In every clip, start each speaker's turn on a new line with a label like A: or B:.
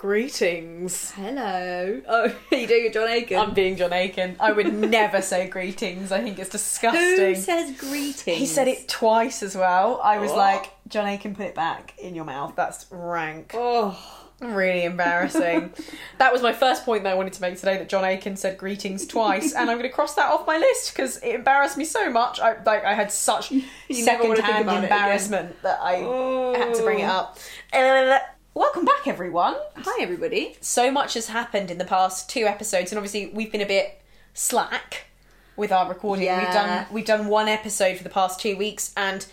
A: Greetings.
B: Hello. Oh, are you doing a John Aiken?
A: I'm being John Aiken. I would never say greetings. I think it's
B: Who
A: disgusting.
B: says greetings?
A: he said it twice as well. I was
B: Oh.
A: like, John Aiken, put it back in your mouth. That's rank.
B: Oh,
A: Really embarrassing. that was my first point that I wanted to make today that John Aiken said greetings twice, and I'm going to cross that off my list because it embarrassed me so much. I like I had such
B: never
A: second-hand
B: wanna think about it again. Oh.
A: embarrassment that I had to bring it up. Welcome back, everyone.
B: hi everybody.
A: So much has happened in the past two episodes, and obviously we've been a bit slack with our recording. We've
B: Yeah.
A: done we've done one episode for the past two weeks, and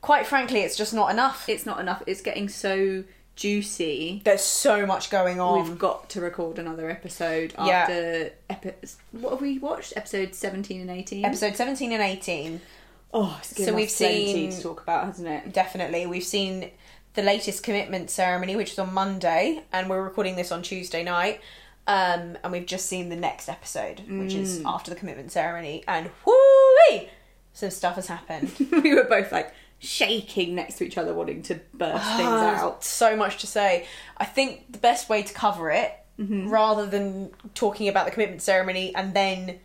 A: quite frankly, it's just not enough.
B: It's not enough. It's getting so juicy.
A: There's so much going on.
B: We've got to record another episode
A: Yeah.
B: after epi- what have we watched? Episode seventeen and eighteen.
A: Episode 17 and 18.
B: oh, it's
A: So
B: given so
A: we've
B: we've
A: seen-
B: seen to talk about, hasn't it?
A: Definitely. We've seen the latest commitment ceremony, which is on Monday, and we're recording this on Tuesday night. Um, and we've just seen the next episode, which is
B: Mm.
A: after the commitment ceremony, and whoo Some stuff has happened.
B: we were both like shaking next to each other, wanting to burst things out.
A: Uh, So much to say. I think the best way to cover it, rather than talking about the commitment ceremony and then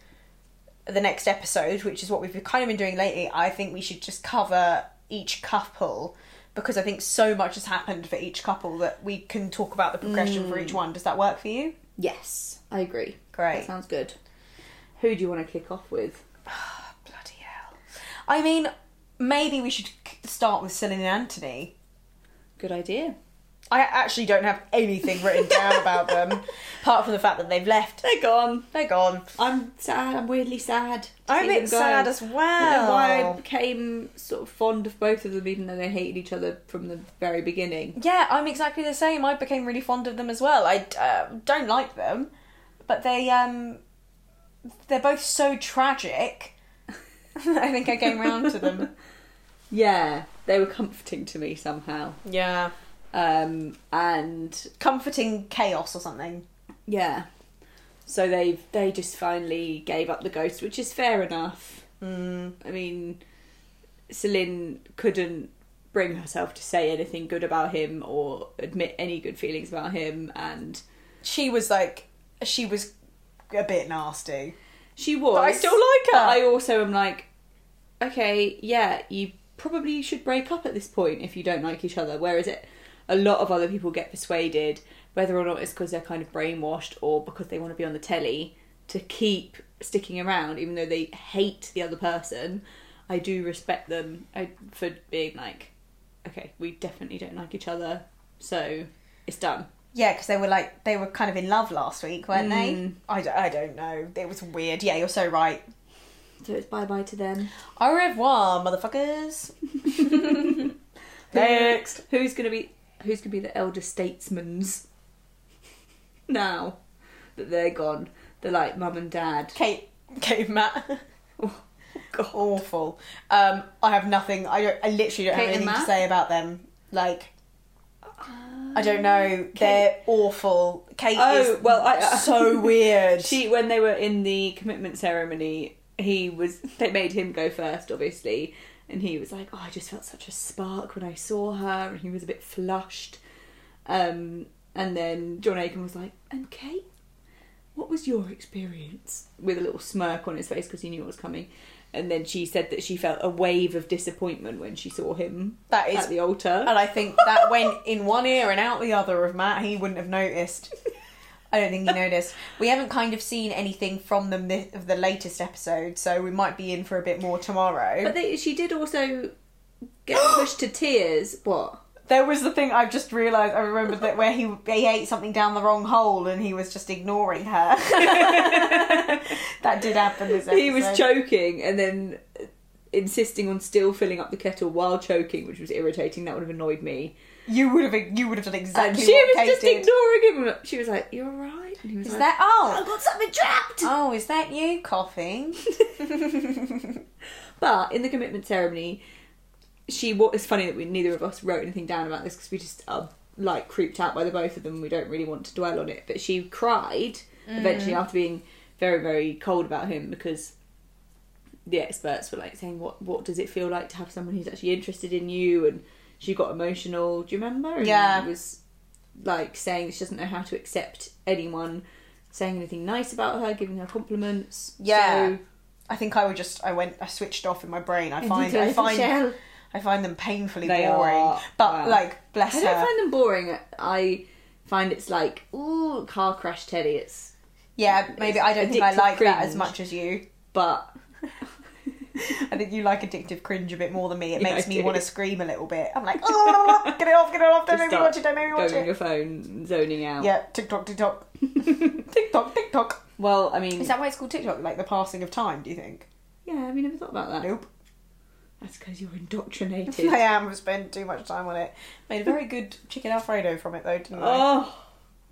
A: the next episode, which is what we've kind of been doing lately, I think we should just cover each couple because I think so much has happened for each couple that we can talk about the progression for each one. Does that work for you?
B: Yes, I agree.
A: Great.
B: That sounds good. Who do you want to kick off with?
A: Bloody hell. I mean, maybe we should k- start with Celine and Anthony.
B: Good idea.
A: I actually don't have anything written down about them, apart from the fact that they've left.
B: They're gone.
A: They're gone.
B: I'm sad. I'm weirdly sad. to
A: I'm a
B: see
A: bit
B: them go.
A: sad as
B: I don't know why I
A: well.
B: became sort of fond of both of them, even though they hated each other from the very beginning.
A: Yeah, I'm exactly the same. I became really fond of them as well. I uh, don't like them, but they um, they're both so tragic. I think I came round to them.
B: Yeah, they were comforting to me somehow.
A: Yeah,
B: Um, and
A: comforting chaos or something.
B: yeah, so they they just finally gave up the ghost, which is fair enough.
A: Mm.
B: I mean, Celine couldn't bring herself to say anything good about him or admit any good feelings about him, and
A: She was like, she was a bit nasty,
B: she was.
A: but I still like her.
B: But I also am like, okay, yeah, you probably should break up at this point if you don't like each other. Whereas it, a lot of other people get persuaded, whether or not it's because they're kind of brainwashed or because they want to be on the telly, to keep sticking around, even though they hate the other person. I do respect them I, for being like, okay, we definitely don't like each other, so it's done.
A: Yeah, because they were like they were kind of in love last week, weren't they?
B: Mm.
A: I, d- I don't know. It was weird. Yeah, you're so right.
B: So it's bye bye to them.
A: Au revoir, motherfuckers. Next.
B: Who's gonna be who's gonna be the elder statesman's now that they're gone? They're like mum and dad.
A: Kate, Kate, Matt.
B: Oh,
A: Awful. Um, I have nothing. I don't. I literally don't
B: Kate
A: have
B: and
A: anything to
B: Matt?
A: say about them. Like, I don't know. They're awful. Kate
B: Mm, Oh
A: is
B: well, I, I-
A: so weird.
B: She when they were in the commitment ceremony, he was they made him go first, obviously, and he was like, "Oh, I just felt such a spark when I saw her," and he was a bit flushed. Um, and then John Aiken was like, "And Kate, what was your experience?" with a little smirk on his face because he knew what was coming. And then she said that she felt a wave of disappointment when she saw him
A: that is,
B: at the altar.
A: and I think that went in one ear and out the other of Matt. He wouldn't have noticed. I don't think he noticed. We haven't kind of seen anything from them thi- of the latest episode, so we might be in for a bit more tomorrow.
B: but they, she did also get pushed to tears. What?
A: There was the thing I've just realised. I remember that where he he ate something down the wrong hole and he was just ignoring her. that did happen. This episode.
B: he was choking and then insisting on still filling up the kettle while choking, which was irritating. That would have annoyed me.
A: You would have you would have done
B: And
A: exactly.
B: she
A: what
B: was
A: Kate
B: just
A: did.
B: ignoring him. She was like, "You're alright." And he was
A: Is
B: like,
A: that
B: "I
A: oh
B: got something trapped."
A: oh is that you coughing?
B: But in the commitment ceremony, she. What it's funny that we neither of us wrote anything down about this because we just are like creeped out by the both of them. We don't really want to dwell on it. But she cried eventually
A: Mm.
B: after being very very cold about him because the experts were like saying what what does it feel like to have someone who's actually interested in you and she got emotional. Do you remember? And
A: Yeah.
B: It was like saying she doesn't know how to accept anyone saying anything nice about her, giving her compliments.
A: Yeah.
B: So,
A: I think I would just I went I switched off in my brain. I
B: you
A: find
B: go
A: I
B: for
A: find
B: Shell.
A: I find them painfully
B: They
A: boring.
B: are.
A: But
B: Wow.
A: like bless
B: I
A: her.
B: don't find them boring. I find it's like, ooh, car crash Teddy. It's
A: yeah, maybe I don't think I
B: addictive
A: like that as
B: cringe.
A: much as you.
B: but
A: I think you like addictive cringe a bit more than me. It
B: Yeah,
A: makes
B: I
A: me
B: do.
A: want to scream a little bit. I'm like, oh, get it off, get it off. Don't
B: Just
A: make me
B: start
A: watch it. Don't make me watch
B: going on
A: it.
B: your phone, zoning out.
A: Yeah, TikTok, TikTok, TikTok, TikTok.
B: Well, I mean,
A: Is that why it's called TikTok? Like the passing of time? Do you think?
B: yeah. Have you never thought about that?
A: Nope.
B: That's because you're indoctrinated.
A: I am. I've spent too much time on it. Made a very good chicken alfredo from it though, didn't I?
B: oh,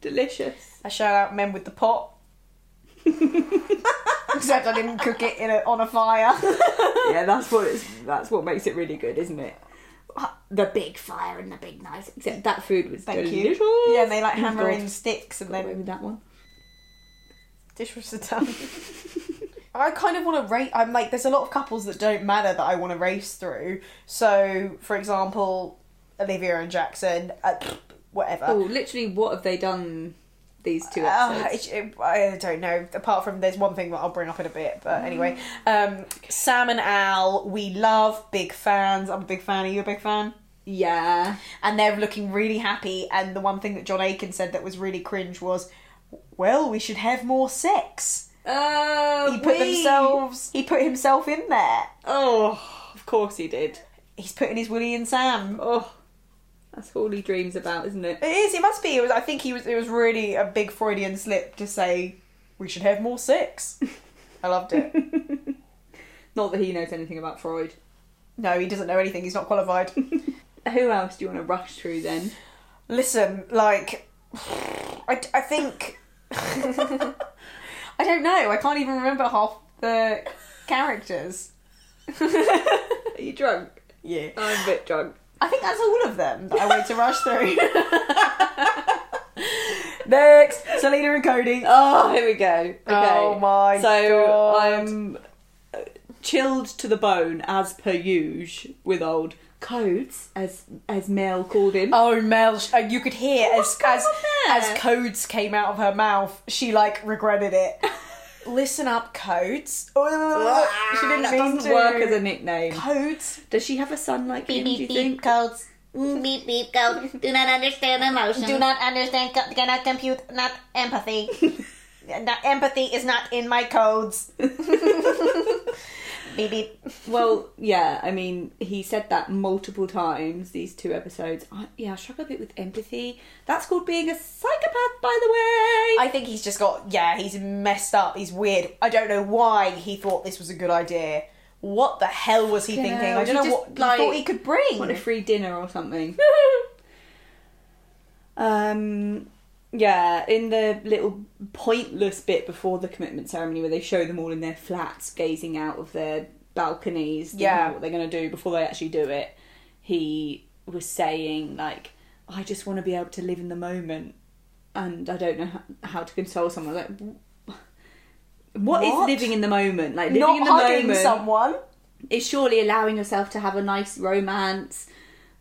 B: delicious.
A: I shout out men with the pot. Except I didn't cook it in a, on a fire.
B: yeah, that's what it's. That's what makes it really good, isn't it? Uh, The big fire and the big knives. Except that food was
A: Thank you.
B: delicious.
A: Yeah, and they like
B: Oh my
A: hammer
B: God.
A: in sticks and
B: Got away
A: then
B: with that one.
A: dishwasher done. I kind of want to rate. I'm like, there's a lot of couples that don't matter that I want to race through. So, for example, Olivia and Jackson, uh, whatever.
B: Oh, literally, what have they done these two
A: Uh,
B: episodes?
A: it, it- I don't know. Apart from there's one thing that I'll bring up in a bit, but anyway, um, Sam and Al, we love big fans. I'm a big fan. Are you a big fan?
B: yeah.
A: And they're looking really happy. And the one thing that John Aiken said that was really cringe was, "Well, we should have more sex."
B: Oh,
A: He put
B: we-
A: themselves. He put himself in there.
B: Oh, of course he did.
A: He's putting his Willie in Sam.
B: Oh, that's all he dreams about, isn't it?
A: It is. It must be. It was. I think he was. It was really a big Freudian slip to say we should have more sex. I loved it.
B: Not that he knows anything about Freud.
A: No, he doesn't know anything. He's not qualified.
B: Who else do you want to rush through then?
A: Listen, like, I, I think. I don't know. I can't even remember half the characters.
B: Are you drunk?
A: Yeah.
B: I'm a bit drunk.
A: I think that's all of them that I wanted to rush through. Next, Selena and Cody.
B: Oh, here we go. Okay.
A: Oh my
B: so
A: God.
B: I'm uh, chilled to the bone as per usual with old codes, as as Mel called him.
A: Oh, Mel! sh- And you could hear as
B: going
A: as
B: on there?
A: as codes came out of her mouth. She like regretted it. Listen up, codes. Oh, she didn't
B: that
A: mean
B: doesn't
A: to.
B: work as a nickname.
A: codes.
B: Does she have a son like him? do you think?
C: codes.
A: Mm,
C: Beep beep codes. Do not understand emotion. Do not understand. co- Cannot compute. Not empathy.
A: Now, empathy is not in my codes.
C: beep beep.
B: Well, yeah, I mean, he said that multiple times, these two episodes. I, yeah, I struggle a bit with empathy. That's called being a psychopath, by the way.
A: I think he's just got yeah, he's messed up. He's weird. I don't know why he thought this was a good idea. What the hell was he
B: Fucking
A: thinking?
B: hell,
A: I don't know
B: he just,
A: what he
B: like,
A: thought he could bring.
B: want a free dinner or something. um, yeah, in the little pointless bit before the commitment ceremony where they show them all in their flats gazing out of their balconies, thinking
A: Yeah.
B: about what they're going to do before they actually do it, he was saying, like, I just want to be able to live in the moment and I don't know how, how to console someone. Like, w- what is
A: What?
B: living in the moment? Like, living
A: Not
B: in the
A: hugging
B: moment
A: someone.
B: is surely allowing yourself to have a nice romance.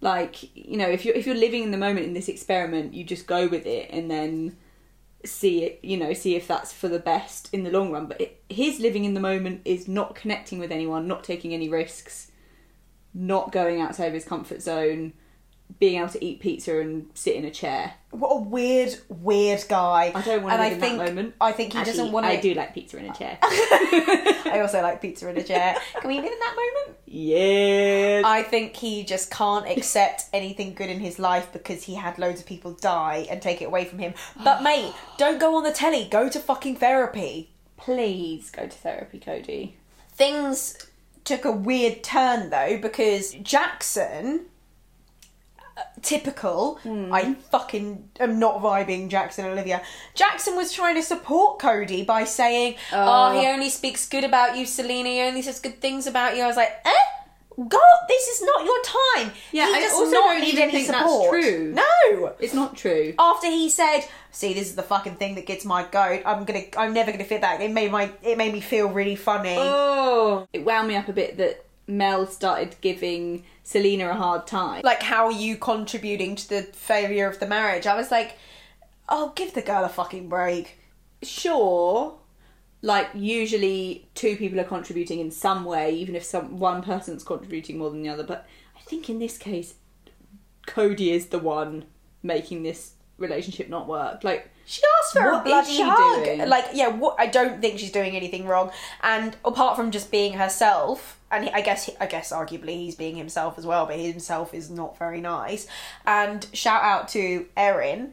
B: Like you know, if you're if you're living in the moment in this experiment, you just go with it and then see it. You know, see if that's for the best in the long run. But it, his living in the moment is not connecting with anyone, not taking any risks, not going outside of his comfort zone, being able to eat pizza and sit in a chair.
A: What a weird, weird guy.
B: I don't
A: And
B: want
A: I
B: to live in
A: think-
B: that moment.
A: I think he
B: Actually,
A: doesn't want to.
B: I do like pizza in a chair.
A: I also like pizza in a chair. Can we live in that moment?
B: yeah.
A: I think he just can't accept anything good in his life because he had loads of people die and take it away from him. But mate, don't go on the telly. Go to fucking therapy.
B: Please go to therapy, Cody.
A: things took a weird turn though because Jackson uh, typical
B: Hmm.
A: I fucking am not vibing Jackson and Olivia Jackson was trying to support Cody by saying oh,
B: Oh.
A: he only speaks good about you Selena he only says good things about you I was like eh God, this is not your time.
B: Yeah,
A: he
B: I
A: does
B: also
A: not
B: don't
A: need
B: even
A: any
B: think that's
A: support.
B: true.
A: No,
B: It's not true.
A: after he said, "See, this is the fucking thing that gets my goat. I'm gonna, I'm never gonna fit that." It made my, it made me feel really funny.
B: Oh, it Oh. wound me up a bit that Mel started giving Selena a hard time.
A: like how are you contributing to the failure of the marriage i was like oh give the girl a fucking break
B: sure like usually two people are contributing in some way even if some one person's contributing more than the other but i think in this case cody is the one making this relationship not work like
A: she asked for
B: What
A: a
B: is
A: bloody
B: she
A: hug
B: doing?
A: like yeah what i don't think she's doing anything wrong and apart from just being herself and he, i guess i guess arguably he's being himself as well but he himself is not very nice and shout out to erin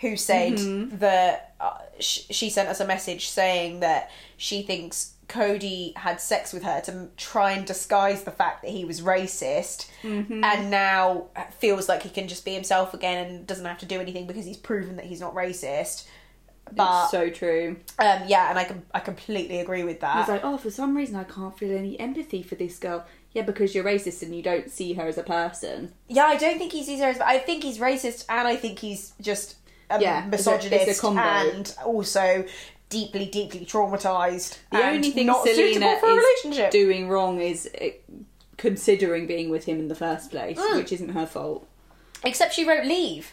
A: who said that uh, sh- she sent us a message saying that she thinks Cody had sex with her to m- try and disguise the fact that he was racist and now feels like he can just be himself again and doesn't have to do anything because he's proven that he's not racist. But
B: it's so true
A: um, yeah, and I com- I completely agree with that.
B: it's like oh for some reason i can't feel any empathy for this girl yeah because you're racist and you don't see her as a person
A: yeah, I don't think he sees her as I think he's racist and I think he's just a
B: Yeah, it's a- it's a
A: misogynist
B: combo.
A: and also deeply, deeply traumatized.
B: the
A: and
B: only thing
A: not
B: selena
A: suitable for a
B: is
A: relationship.
B: doing wrong is eh, considering being with him in the first place
A: Mm.
B: which isn't her fault
A: Except she wrote leave.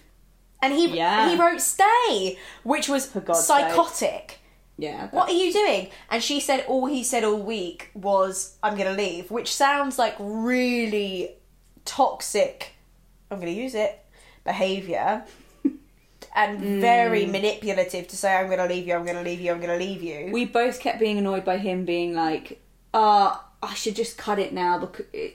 A: And he
B: Yeah.
A: he wrote stay, which was
B: God's
A: psychotic.
B: yeah that-
A: What are you doing? And she said all he said all week was I'm going to leave, which sounds like really toxic. I'm going to use it behavior and very manipulative to say I'm going to leave you, I'm going to leave you, I'm going to leave you.
B: we both kept being annoyed by him being like, uh, I should just cut it now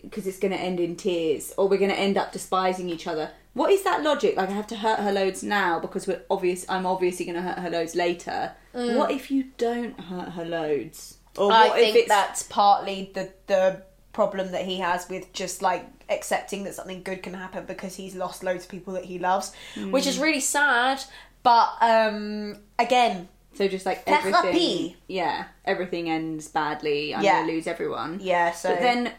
B: because it's going to end in tears or we're going to end up despising each other. What is that logic? Like, I have to hurt her loads now because we're obvious. I'm obviously going to hurt her loads later. What if you don't hurt her loads? Or
A: Mm. I
B: what
A: think that's partly the the problem that he has with just like accepting that something good can happen because he's lost loads of people that he loves, which is really sad. But um, again,
B: so just like
A: Therapy.
B: everything? Yeah, everything ends badly. I'm
A: Yeah.
B: going to lose everyone.
A: yeah. So
B: But then,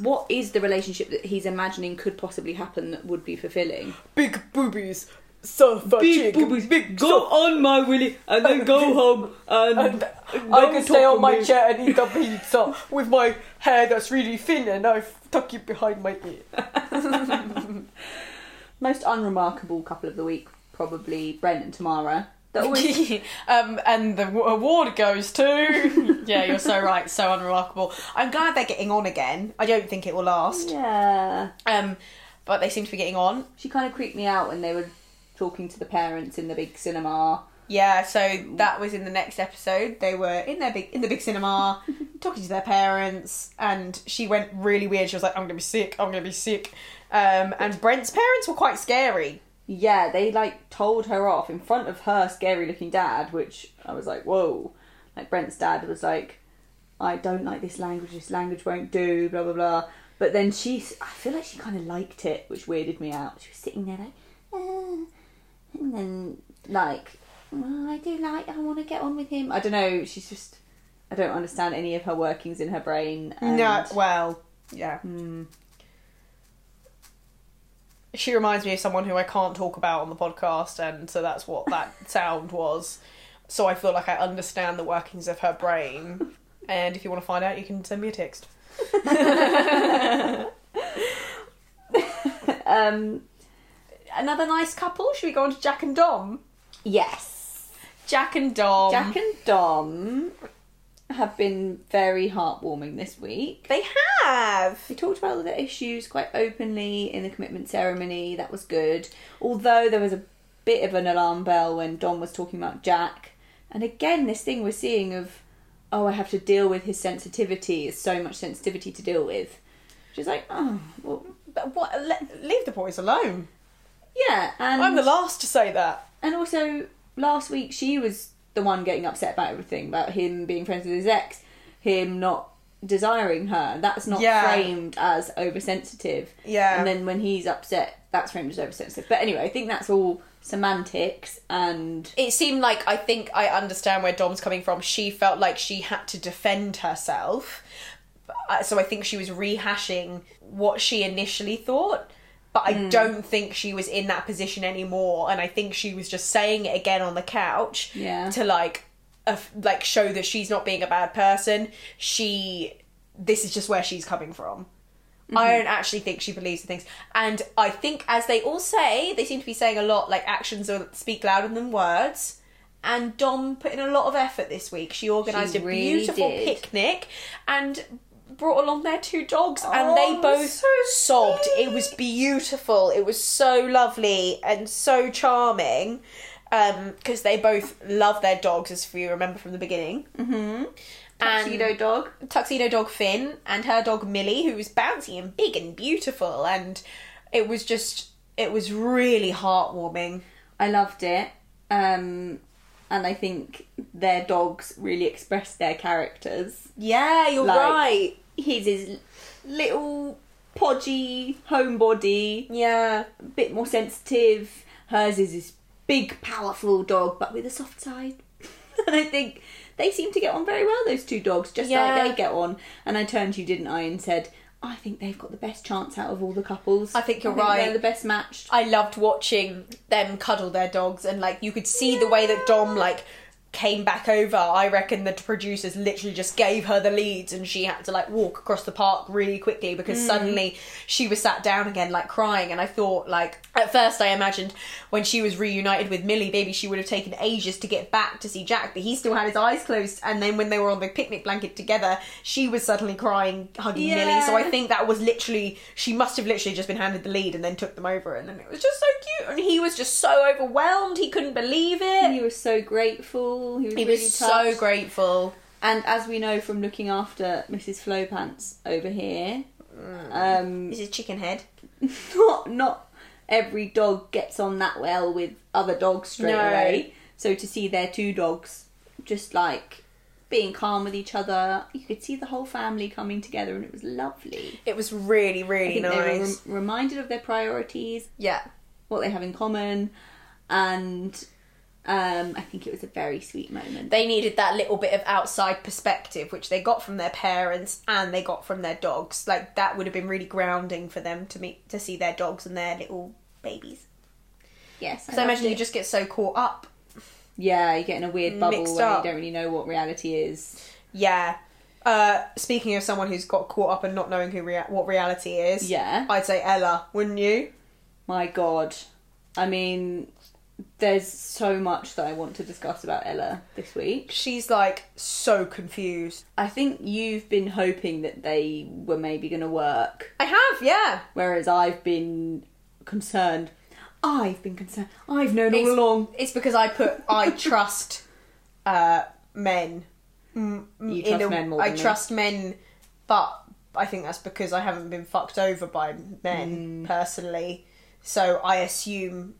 B: what is the relationship that he's imagining could possibly happen that would be fulfilling?
A: big boobies, so
B: big boobies, big go on my willy and then go home and,
A: I can stay on my chair and eat a pizza with my hair that's really thin and I tuck it behind my ear.
B: most unremarkable couple of the week probably Brent and Tamara that always
A: um, and the w- award goes to. yeah, you're so right. So unremarkable. I'm glad they're getting on again. I don't think it will last.
B: yeah
A: Um, but they seem to be getting on.
B: she kind of creeped me out when they were talking to the parents in the big cinema
A: Yeah. So that was in the next episode. They were in their big in the big cinema, talking to their parents, and she went really weird. She was like, "I'm gonna be sick. I'm gonna be sick." Um, and Brent's parents were quite scary.
B: yeah they like told her off in front of her scary looking dad which I was like whoa like Brent's dad was like I don't like this language this language won't do blah blah blah but then she I feel like she kind of liked it which weirded me out she was sitting there like "Uh," and then like "Oh, I do like I want to get on with him I don't know she's just I don't understand any of her workings in her brain and
A: No, well, yeah. She reminds me of someone who I can't talk about on the podcast, and so that's what that sound was. So I feel like I understand the workings of her brain. And if you want to find out, you can send me a text.
B: um
A: Another nice couple. Should we go on to Jack and Dom?
B: yes
A: Jack and Dom.
B: Jack and Dom have been very heartwarming this week.
A: they have.
B: They talked about all their issues quite openly in the commitment ceremony. That was good. Although there was a bit of an alarm bell when Dom was talking about Jack. And again, this thing we're seeing of, oh, I have to deal with his sensitivity. There's so much sensitivity to deal with. She's like, oh, well,
A: But what? Le- leave the boys alone.
B: yeah. And
A: I'm the last to say that.
B: And also, last week she was the one getting upset about everything about him being friends with his ex, him not desiring her. That's not
A: Yeah.
B: framed as oversensitive.
A: Yeah.
B: And then when he's upset, that's framed as oversensitive. But anyway, I think that's all semantics and.
A: it seemed like I think I understand where Dom's coming from. She felt like she had to defend herself. Uh, So I think she was rehashing what she initially thought, but I don't think she was in that position anymore. And I think she was just saying it again on the couch
B: Yeah.
A: to like, uh, like show that she's not being a bad person. She this is just where she's coming from. I
B: Mm-hmm.
A: don't actually think she believes in things. And I think, as they all say, they seem to be saying a lot like actions are, speak louder than words. And Dom put in a lot of effort this week. She organised
B: She
A: a
B: really
A: beautiful
B: did.
A: picnic and brought along their two dogs, and they
B: Oh,
A: both
B: so
A: sobbed. It was beautiful. It was so lovely and so charming because they both love their dogs, as we remember from the beginning.
B: Mm-hmm.
A: And-
B: Tuxedo dog.
A: tuxedo dog Finn and her dog Millie, who was bouncy and big and beautiful, and it was just it was really heartwarming.
B: I loved it. Um, and I think their dogs really express their characters.
A: Yeah, you're
B: Like-
A: right.
B: He's his little podgy homebody,
A: Yeah,
B: a bit more sensitive. Hers is this big, powerful dog, but with a soft side. and I think they seem to get on very well, those two dogs, just
A: Yeah.
B: like they get on. And I turned to you, didn't I, and said, I think they've got the best chance out of all the couples.
A: I think you're right.
B: They're the best matched.
A: I loved watching them cuddle their dogs, and like you could see the way that Dom like came back over. I reckon the producers literally just gave her the leads, and she had to like walk across the park really quickly because suddenly she was sat down again, like crying. And I thought, like at first, I imagined when she was reunited with Millie, maybe she would have taken ages to get back to see Jack, but he still had his eyes closed. And then when they were on the picnic blanket together, she was suddenly crying, hugging Millie. So I
B: Yeah.
A: think think that was literally she must have literally just been handed the lead and then took them over and then it was just so cute and he was just so overwhelmed he couldn't believe
B: He
A: it
B: was so grateful. He was,
A: he
B: really
A: was so
B: touched.
A: grateful
B: And as we know from looking after Mrs. Flowpants over here,
A: Mm.
B: um,
A: this is chicken head
B: not not every dog gets on that well with other dogs straight
A: No.
B: away. So to see their two dogs just like being calm with each other, you could see the whole family coming together, and it was lovely.
A: it was really
B: I
A: really
B: think they were
A: nice
B: rem- reminded of their priorities,
A: yeah
B: what they have in common, and um, I think it was a very sweet moment.
A: they needed that little bit of outside perspective which they got from their parents and they got from their dogs like that would have been really grounding for them to meet to see their dogs and their little babies
B: yes,
A: because i,
B: loved
A: imagine
B: it.
A: you just get so caught up
B: Yeah, you get in a weird bubble
A: Mixed
B: where
A: up.
B: you don't really know what reality is.
A: yeah uh, speaking of someone who's got caught up and not knowing who rea- what reality is,
B: Yeah.
A: I'd say Ella, wouldn't you?
B: My God. I mean, there's so much that I want to discuss about Ella this week.
A: She's like so confused.
B: I think you've been hoping that they were maybe going to work,
A: I have, yeah.
B: whereas I've been concerned. I've been concerned. I've known all along.
A: It's because I put I trust uh, men. Mm,
B: You
A: in
B: trust
A: a-
B: men more
A: I
B: than me.
A: trust men, but I think that's because I haven't been fucked over by men
B: Mm.
A: personally. So I assume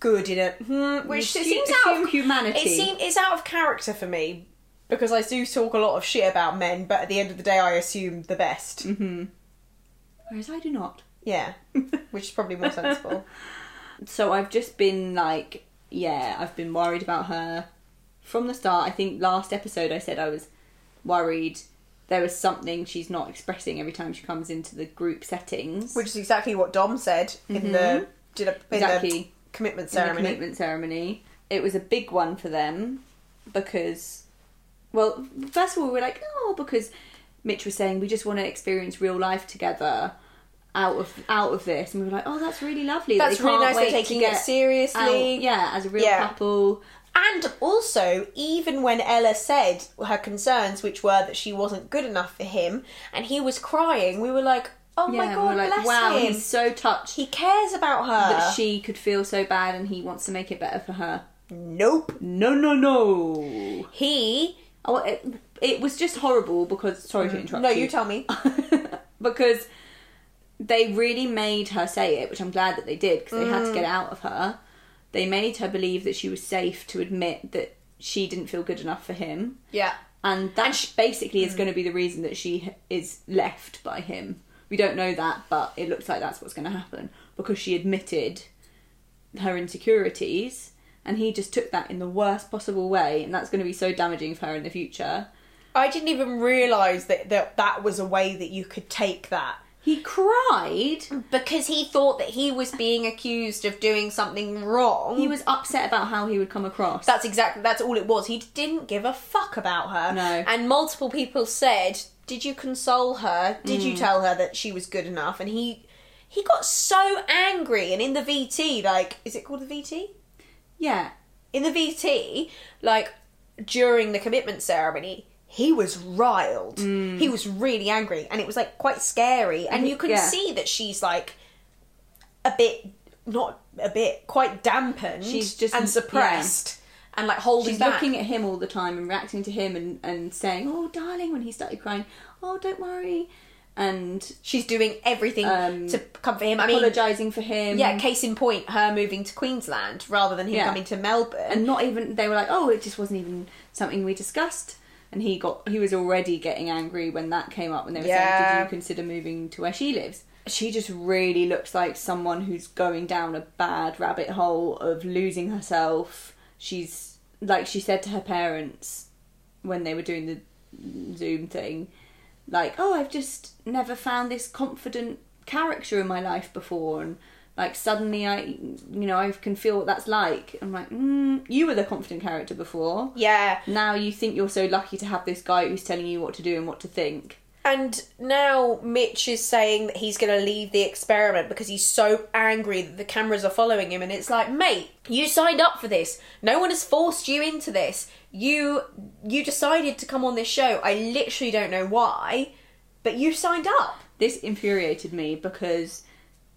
A: good in a hmm, which
B: You
A: it seems
B: assume
A: out of
B: humanity.
A: It seem, it's out of character for me because I do talk a lot of shit about men, but at the end of the day, I assume the best.
B: Whereas I do not.
A: Yeah, which is probably more sensible.
B: So I've just been like, yeah, I've been worried about her from the start. I think last episode I said I was worried there was something she's not expressing every time she comes into the group settings.
A: Which is exactly what Dom said in the did a, in the
B: Mm-hmm. Exactly.
A: commitment
B: in the
A: ceremony.
B: commitment ceremony. It was a big one for them because, well, first of all, we were like, oh, because Mitch was saying we just want to experience real life together out of out of this, and we were like, oh, that's really lovely. that
A: That's
B: they
A: really
B: can't
A: nice. They're
B: wait to
A: taking it
B: get
A: seriously.
B: out, yeah, as a real
A: Yeah.
B: couple.
A: And also, even when Ella said her concerns, which were that she wasn't good enough for him, and he was crying, we were like, "Oh
B: Yeah,
A: my
B: we
A: god,
B: were like,
A: bless
B: wow,
A: him!
B: he's so touched
A: he cares about her."
B: that she could feel so bad, and he wants to make it better for her.
A: nope.
B: No, no, no.
A: He.
B: Oh, it, it was just horrible because. Sorry to interrupt.
A: Mm. No, you tell me.
B: because they really made her say it, which I'm glad that they did because they had to get it out of her. They made her believe that she was safe to admit that she didn't feel good enough for him,
A: Yeah.
B: and that basically is going to be the reason that she h- is left by him. We don't know that, but it looks like that's what's going to happen because she admitted her insecurities, and he just took that in the worst possible way, and that's going to be so damaging for her in the future.
A: I didn't even realize that, that that was a way that you could take that.
B: He cried.
A: because he thought that he was being accused of doing something wrong.
B: He was upset about how he would come across.
A: that's exactly that's all it was. He didn't give a fuck about her.
B: No.
A: And multiple people said, "D- Did you console her? Did
B: Mm.
A: you tell her that she was good enough? And he he got so angry and in the VT, like is it called the VT?
B: Yeah.
A: In the VT, like during the commitment ceremony, he was riled.
B: Mm.
A: He was really angry and it was like quite scary and you can
B: Yeah.
A: see that she's like a bit not a bit quite dampened
B: She's just-
A: and suppressed and like holding
B: She's
A: back.
B: looking at him all the time and reacting to him and, and saying, Oh, darling, when he started crying, Oh, don't worry. And
A: She's doing everything
B: Um,
A: to comfort him. I mean,
B: apologising for him.
A: yeah. Case in point, her moving to Queensland rather than him
B: Yeah.
A: coming to Melbourne.
B: and not even they were like oh it just wasn't even something we discussed and he got he was already getting angry when that came up when they were saying
A: Yeah.
B: did you consider moving to where she lives she just really looks like someone who's going down a bad rabbit hole of losing herself she's like she said to her parents when they were doing the zoom thing like oh i've just never found this confident character in my life before and like suddenly i you know i can feel what that's like i'm like mm, you were the confident character before
A: yeah,
B: now you think you're so lucky to have this guy who's telling you what to do and what to think
A: and now Mitch is saying that he's going to leave the experiment because he's so angry that the cameras are following him. And it's like, mate, you signed up for this. No one has forced you into this. You you decided to come on this show. I literally don't know why, but you signed up.
B: this infuriated me because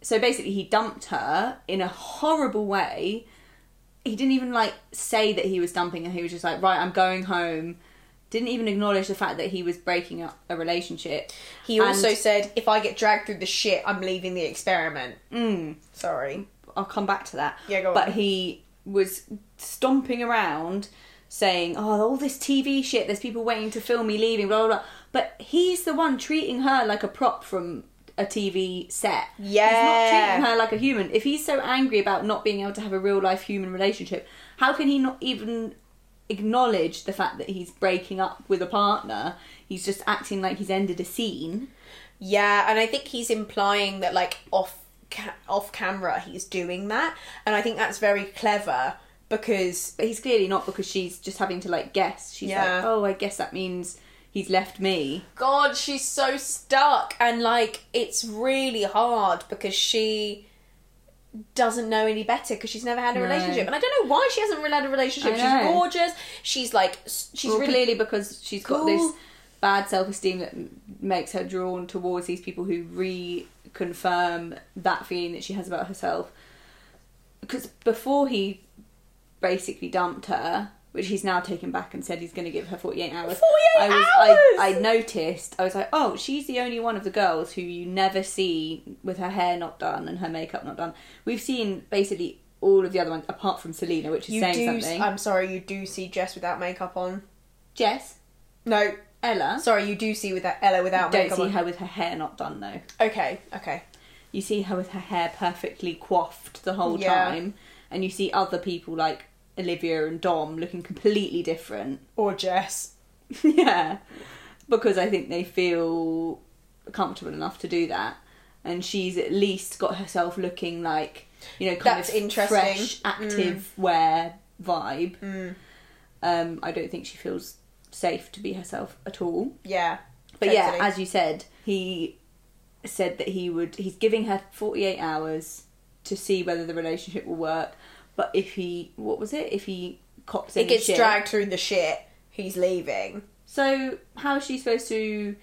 B: so basically he dumped her in a horrible way he didn't even like say that he was dumping her he was just like right i'm going home didn't even acknowledge the fact that he was breaking up a relationship
A: He
B: And-
A: also said, if I get dragged through the shit, I'm leaving the experiment. Mm. Sorry.
B: I'll come back to that.
A: Yeah, go on.
B: But he was stomping around saying, Oh, all this TV shit, there's people waiting to film me leaving, blah, blah, blah. But he's the one treating her like a prop from a TV set. He's
A: Yeah.
B: not treating her like a human. If he's so angry about not being able to have a real life human relationship, how can he not even acknowledge the fact that he's breaking up with a partner? He's just acting like he's ended a scene.
A: Yeah, and I think he's implying that like off ca- off camera he's doing that, and I think that's very clever because
B: but he's clearly not because she's just having to like guess. She's
A: Yeah.
B: like, oh, I guess that means he's left me.
A: God, she's so stuck, and like it's really hard because she doesn't know any better because she's never had a
B: No.
A: relationship, and I don't know why she hasn't really had a relationship.
B: I
A: She's
B: know.
A: gorgeous. She's like s- she's
B: well,
A: really
B: clearly because she's got
A: Cool.
B: this bad self esteem that m- makes her drawn towards these people who reconfirm that feeling that she has about herself. Because before he basically dumped her, which he's now taken back and said he's going to give her 48 hours.
A: 48
B: I was, I, I
A: hours!
B: noticed, I was like, oh, she's the only one of the girls who you never see with her hair not done and her makeup not done. We've seen basically all of the other ones apart from Selena, which is
A: you
B: saying
A: do. s-
B: something.
A: I'm sorry, you do see Jess without makeup on.
B: Jess,
A: No,
B: Ella.
A: sorry, you do see with Ella without
B: don't
A: makeup
B: see
A: on.
B: her with her hair not done though.
A: Okay, okay.
B: You see her with her hair perfectly coiffed the whole
A: Yeah.
B: time, and you see other people like Olivia and Dom looking completely different.
A: Or Jess.
B: yeah, because I think they feel comfortable enough to do that, and she's at least got herself looking like you know kind
A: That's
B: of
A: interesting. Mm.
B: fresh, active wear vibe. Um, I don't think she feels safe to be herself at all.
A: Yeah.
B: But
A: totally.
B: yeah, as you said, he said that he would. He's giving her forty eight hours to see whether the relationship will work. But if he, what was it? If he cops
A: it
B: any
A: gets
B: shit-
A: dragged through the shit. He's leaving.
B: So how is she supposed to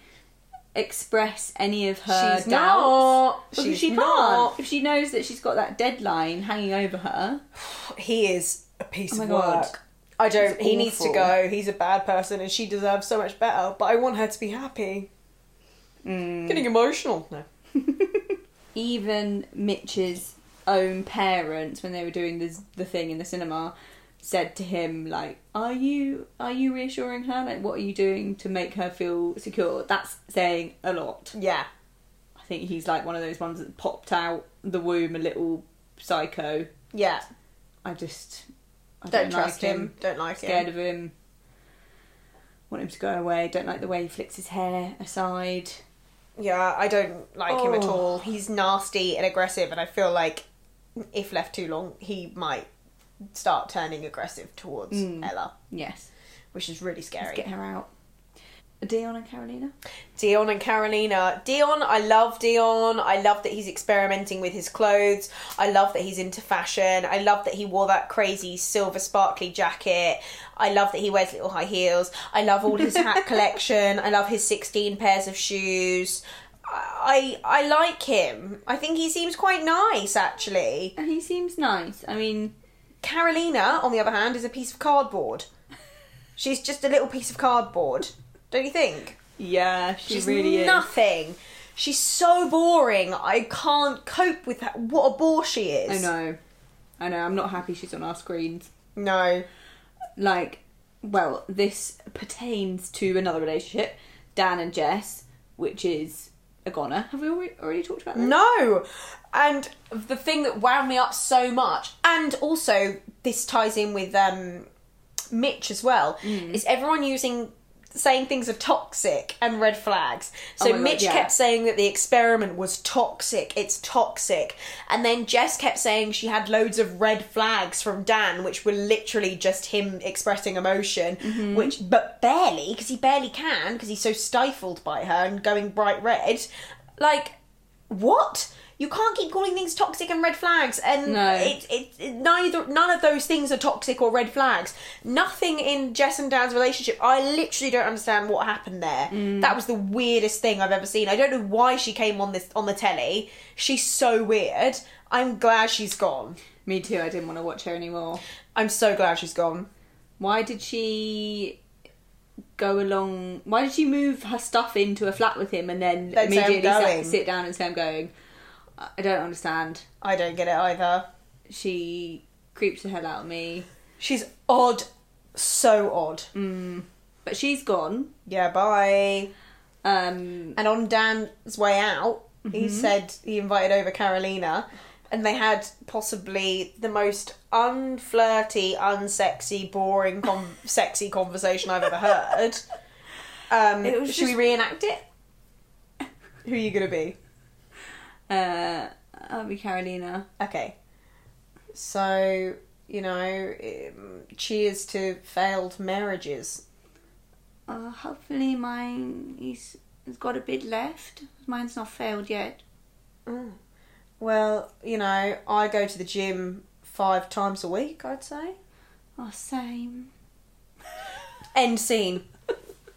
B: express any of her
A: She's
B: doubts?
A: not.
B: Because
A: She's
B: she can't.
A: not. Oh
B: If she knows that she's got that deadline hanging over her,
A: He is a piece
B: Oh
A: of
B: my God.
A: work. I don't.
B: He's
A: He needs to
B: awful.
A: go. He's a bad person, and she deserves so much better. But I want her to be happy. Getting emotional. No.
B: even Mitch's own parents, when they were doing the the thing in the cinema, said to him like, "Are you are you reassuring her? Like, what are you doing to make her feel secure?" That's saying a lot.
A: Yeah.
B: I think he's like one of those ones that popped out the womb a little psycho.
A: Yeah.
B: I just I
A: Don't,
B: don't,
A: trust
B: like
A: him. Don't like
B: Scared
A: him.
B: of him. Want him to go away. Don't like the way he flicks his hair aside.
A: Yeah. I don't like him at
B: Oh.
A: all. He's nasty and aggressive, and I feel like if left too long, he might start
B: Hmm.
A: turning aggressive towards Ella,
B: Yes.
A: which is really scary.
B: Let's get her out. Dion and Carolina.
A: Dion and Carolina. Dion, I love Dion. I love that he's experimenting with his clothes. I love that he's into fashion. I love that he wore that crazy silver sparkly jacket. I love that he wears little high heels. I love all his hat collection. I love his 16 pairs of shoes. I I like him. I think he seems quite nice actually.
B: And he seems nice. I mean,
A: Carolina, on the other hand, is a piece of cardboard. She's just a little piece of cardboard. Don't you think?
B: yeah, she
A: She's
B: really
A: nothing. She's so boring. I can't cope with that. What a bore she
B: is. I
A: is.
B: know. I know. I'm not happy she's on our screens.
A: No.
B: like well this pertains to another relationship dan and jess which is a goner have we already, already talked about that
A: No. And the thing that wound me up so much, and also this ties in with um, Mitch as well,
B: Mm.
A: is everyone using saying things are toxic and red flags. So
B: Oh my God,
A: Mitch
B: yeah.
A: kept saying that the experiment was toxic, it's toxic. And then Jess kept saying she had loads of red flags from Dan, which were literally just him expressing emotion,
B: Mm-hmm.
A: which but barely because he barely can because he's so stifled by her and going bright red. Like what? You can't keep calling things toxic and red flags, and
B: No.
A: it, it, it neither none of those things are toxic or red flags. Nothing in Jess and Dan's relationship. I literally don't understand what happened there. That was the weirdest thing I've ever seen. I don't know why she came on this on the telly. She's so weird. I'm glad she's gone.
B: me too i didn't want to watch her anymore
A: I'm so glad she's gone.
B: why did she go along why did she move her stuff into a flat with him and then
A: Then say, "I'm
B: immediately sit,
A: going."
B: sit down and say i'm going i I don't understand
A: I don't get it either.
B: she creeps the hell out of me
A: She's odd, so odd.
B: but she's gone
A: Yeah, bye.
B: um
A: And on Dan's way out, he
B: Mm-hmm.
A: said he invited over Carolina, and they had possibly the most unflirty, unsexy, boring, con sexy conversation I've ever heard. Um,
B: It was
A: should
B: just-
A: we reenact it? Who are you gonna be?
B: uh i'll be carolina
A: Okay. So you know, um, cheers to failed marriages.
B: Uh, hopefully mine is has got a bit left. Mine's not failed yet.
A: Well, you know, I go to the gym five times a week. I'd say.
B: Oh, same.
A: End scene.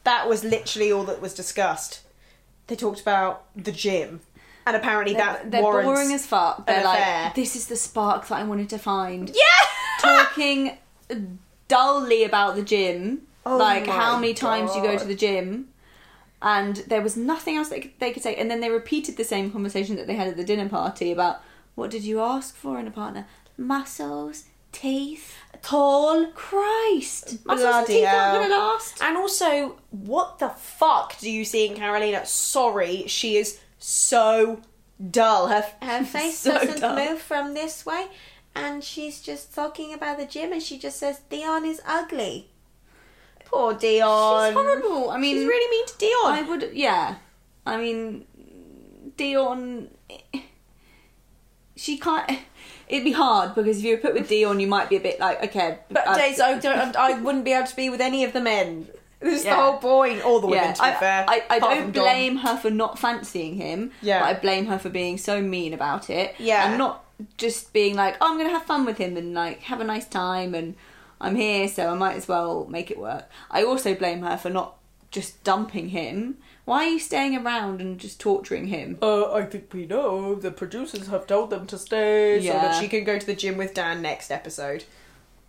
A: That was literally all that was discussed. They talked about the gym, and apparently that
B: they're
A: warrants.
B: boring as fuck. They're like,
A: affair.
B: this is the spark that I wanted to find.
A: yeah.
B: Talking dully about the gym,
A: Oh
B: like
A: my
B: how many times you go
A: God.
B: to the gym, and there was nothing else they could, they could say. And then they repeated the same conversation that they had at the dinner party about what did you ask for in a partner? Muscles, teeth, tall. Christ, muscles and
A: Bloody
B: teeth aren't
A: hell.
B: gonna last.
A: and also, what the fuck do you see in Carolina? Sorry, she is so dull. Her her face
B: So doesn't dull. move
A: from this way, and she's just talking about the gym, and she just says Dion is ugly. Poor Dion.
B: She's horrible. I mean,
A: She's really mean to Dion.
B: I would, yeah. I mean, Dion. She can't. It'd be hard because if you were put with Dion, you might be a bit like, okay,
A: But
B: I-
A: days I don't, I wouldn't be able to be with any of the men. This is
B: Yeah.
A: the whole point. All the women,
B: yeah,
A: to be
B: I,
A: fair.
B: I, I
A: apart
B: don't
A: from Dom.
B: blame her for not fancying him.
A: Yeah.
B: but I blame her for being so mean about it.
A: Yeah.
B: and not just being like, oh, I'm gonna have fun with him and like have a nice time and I'm here, so I might as well make it work. I also blame her for not just dumping him. Why are you staying around and just torturing him?
A: Uh, I think we know the producers have told them to stay so
B: Yeah.
A: that she can go to the gym with Dan next episode.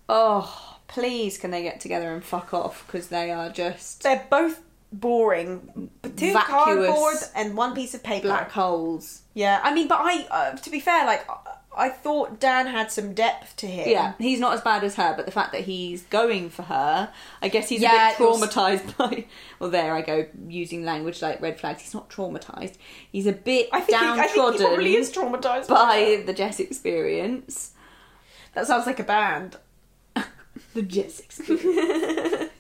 B: Oh, please can they get together and fuck off because they are just
A: They're both boring, but two
B: Vacuous.
A: cardboard and one piece of paper.
B: black holes.
A: Yeah, I mean, but I, uh, to be fair, like I- I thought Dan had some depth to him.
B: Yeah, he's not as bad as her, but the fact that he's going for her, I guess he's
A: Yeah,
B: a bit
A: it was-
B: traumatized by. Well, there I go using language like red flags. He's not traumatized. He's a bit
A: I think, he, I think he
B: downtrodden
A: probably is traumatized
B: by the Jess experience.
A: That sounds like a band.
B: The Jess experience.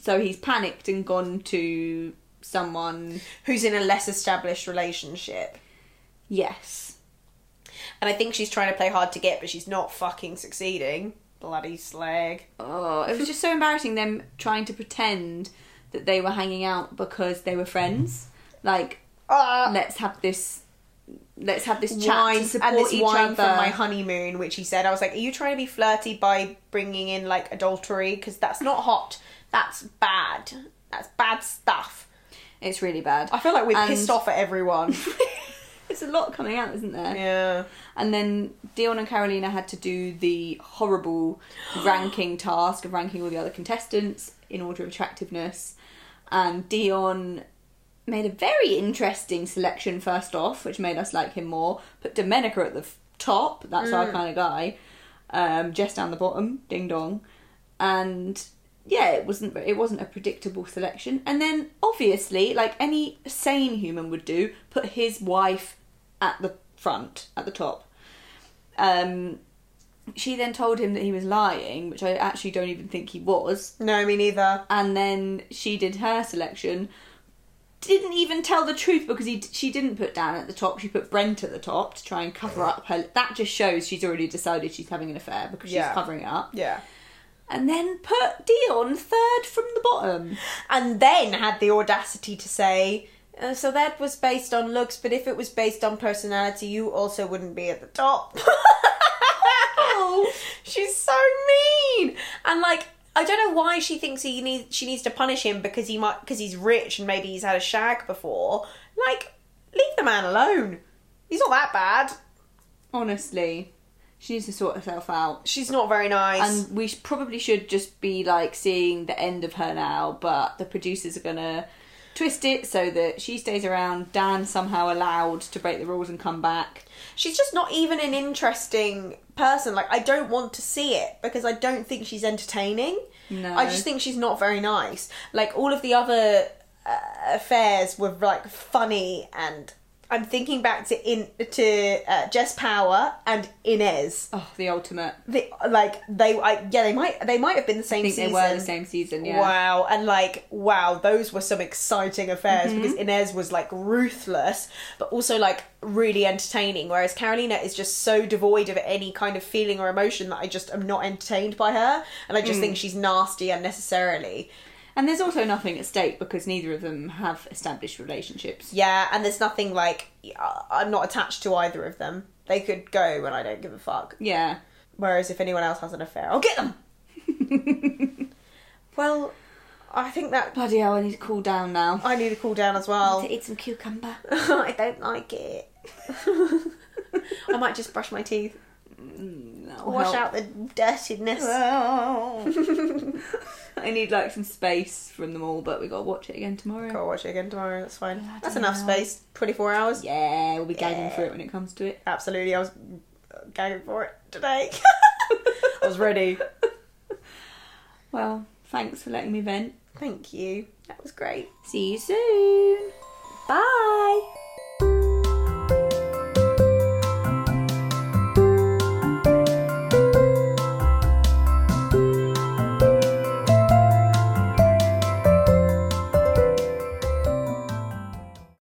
B: so he's panicked and gone to someone.
A: Who's in a less established relationship.
B: Yes.
A: And I think she's trying to play hard to get, but she's not fucking succeeding. Bloody slag.
B: Oh, it was just so embarrassing them trying to pretend that they were hanging out because they were friends. Like,
A: Ah,
B: let's have this. Let's have this chat
A: wine
B: to support
A: and this
B: each
A: wine
B: other.
A: from my honeymoon, which he said, I was like, "Are you trying to be flirty by bringing in like adultery? Because that's not hot. That's bad. That's bad stuff."
B: it's really bad.
A: I feel like we're
B: And-
A: pissed off at everyone.
B: There's a lot coming out, isn't there?
A: yeah.
B: And then Dion and Carolina had to do the horrible ranking task of ranking all the other contestants in order of attractiveness. And Dion made a very interesting selection first off, which made us like him more. Put Domenica at the f- top, that's our kind of guy. Um, Jess down the bottom, ding dong. And yeah, it wasn't it wasn't a predictable selection. And then obviously, like any sane human would do, put his wife at the front, at the top. Um, she then told him that he was lying, which I actually don't even think he was.
A: No, me neither.
B: And then she did her selection. Didn't even tell the truth because he she didn't put Dan at the top. She put Brent at the top to try and cover up her. That just shows she's already decided she's having an affair because
A: Yeah.
B: she's covering it up.
A: Yeah.
B: And then put Dion third from the bottom.
A: and then had the audacity to say, uh, "So that was based on looks, but if it was based on personality, you also wouldn't be at the top." She's so mean, and like I don't know why she thinks he needs she needs to punish him because he might because he's rich and maybe he's had a shag before. Like, leave the man alone. He's not that bad.
B: Honestly, she needs to sort herself out.
A: She's not very nice.
B: and we sh- probably should just be like seeing the end of her now but the producers are gonna twist it so that she stays around dan somehow allowed to break the rules and come back
A: she's just not even an interesting person. Like I don't want to see it because I don't think she's entertaining.
B: No.
A: I just think she's not very nice. Like all of the other uh, affairs were like funny and I'm thinking back to in to uh, Jess Power and Inez.
B: oh the ultimate
A: They, like they I, yeah they might they might have been the
B: i
A: same
B: think
A: season.
B: they were the same season yeah
A: Wow, and like wow, those were some exciting affairs because Inez was like ruthless, but also like really entertaining. Whereas Carolina is just so devoid of any kind of feeling or emotion that I just am not entertained by her, and I just think she's nasty unnecessarily.
B: and there's also nothing at stake because neither of them have established relationships
A: Yeah, and there's nothing like I- I'm not attached to either of them. They could go, and I don't give a fuck.
B: yeah
A: Whereas if anyone else has an affair, I'll get them. well, I think that
B: bloody hell i need to cool down now
A: I need to cool down as well.
B: to eat some cucumber
A: I don't like it. I might just brush my teeth,
B: That'll
A: wash
B: help.
A: out the dirtiness.
B: i need like some space from them all but we gotta watch it again tomorrow
A: Gotta watch it again tomorrow. That's fine. That's
B: Bloody
A: enough
B: hell.
A: space. Twenty-four hours.
B: Yeah, we'll be gagging
A: Yeah.
B: for it when it comes to it.
A: Absolutely. I was gagging for it today. I was ready.
B: Well, thanks for letting me vent.
A: Thank you. That was great.
B: See you soon. Bye.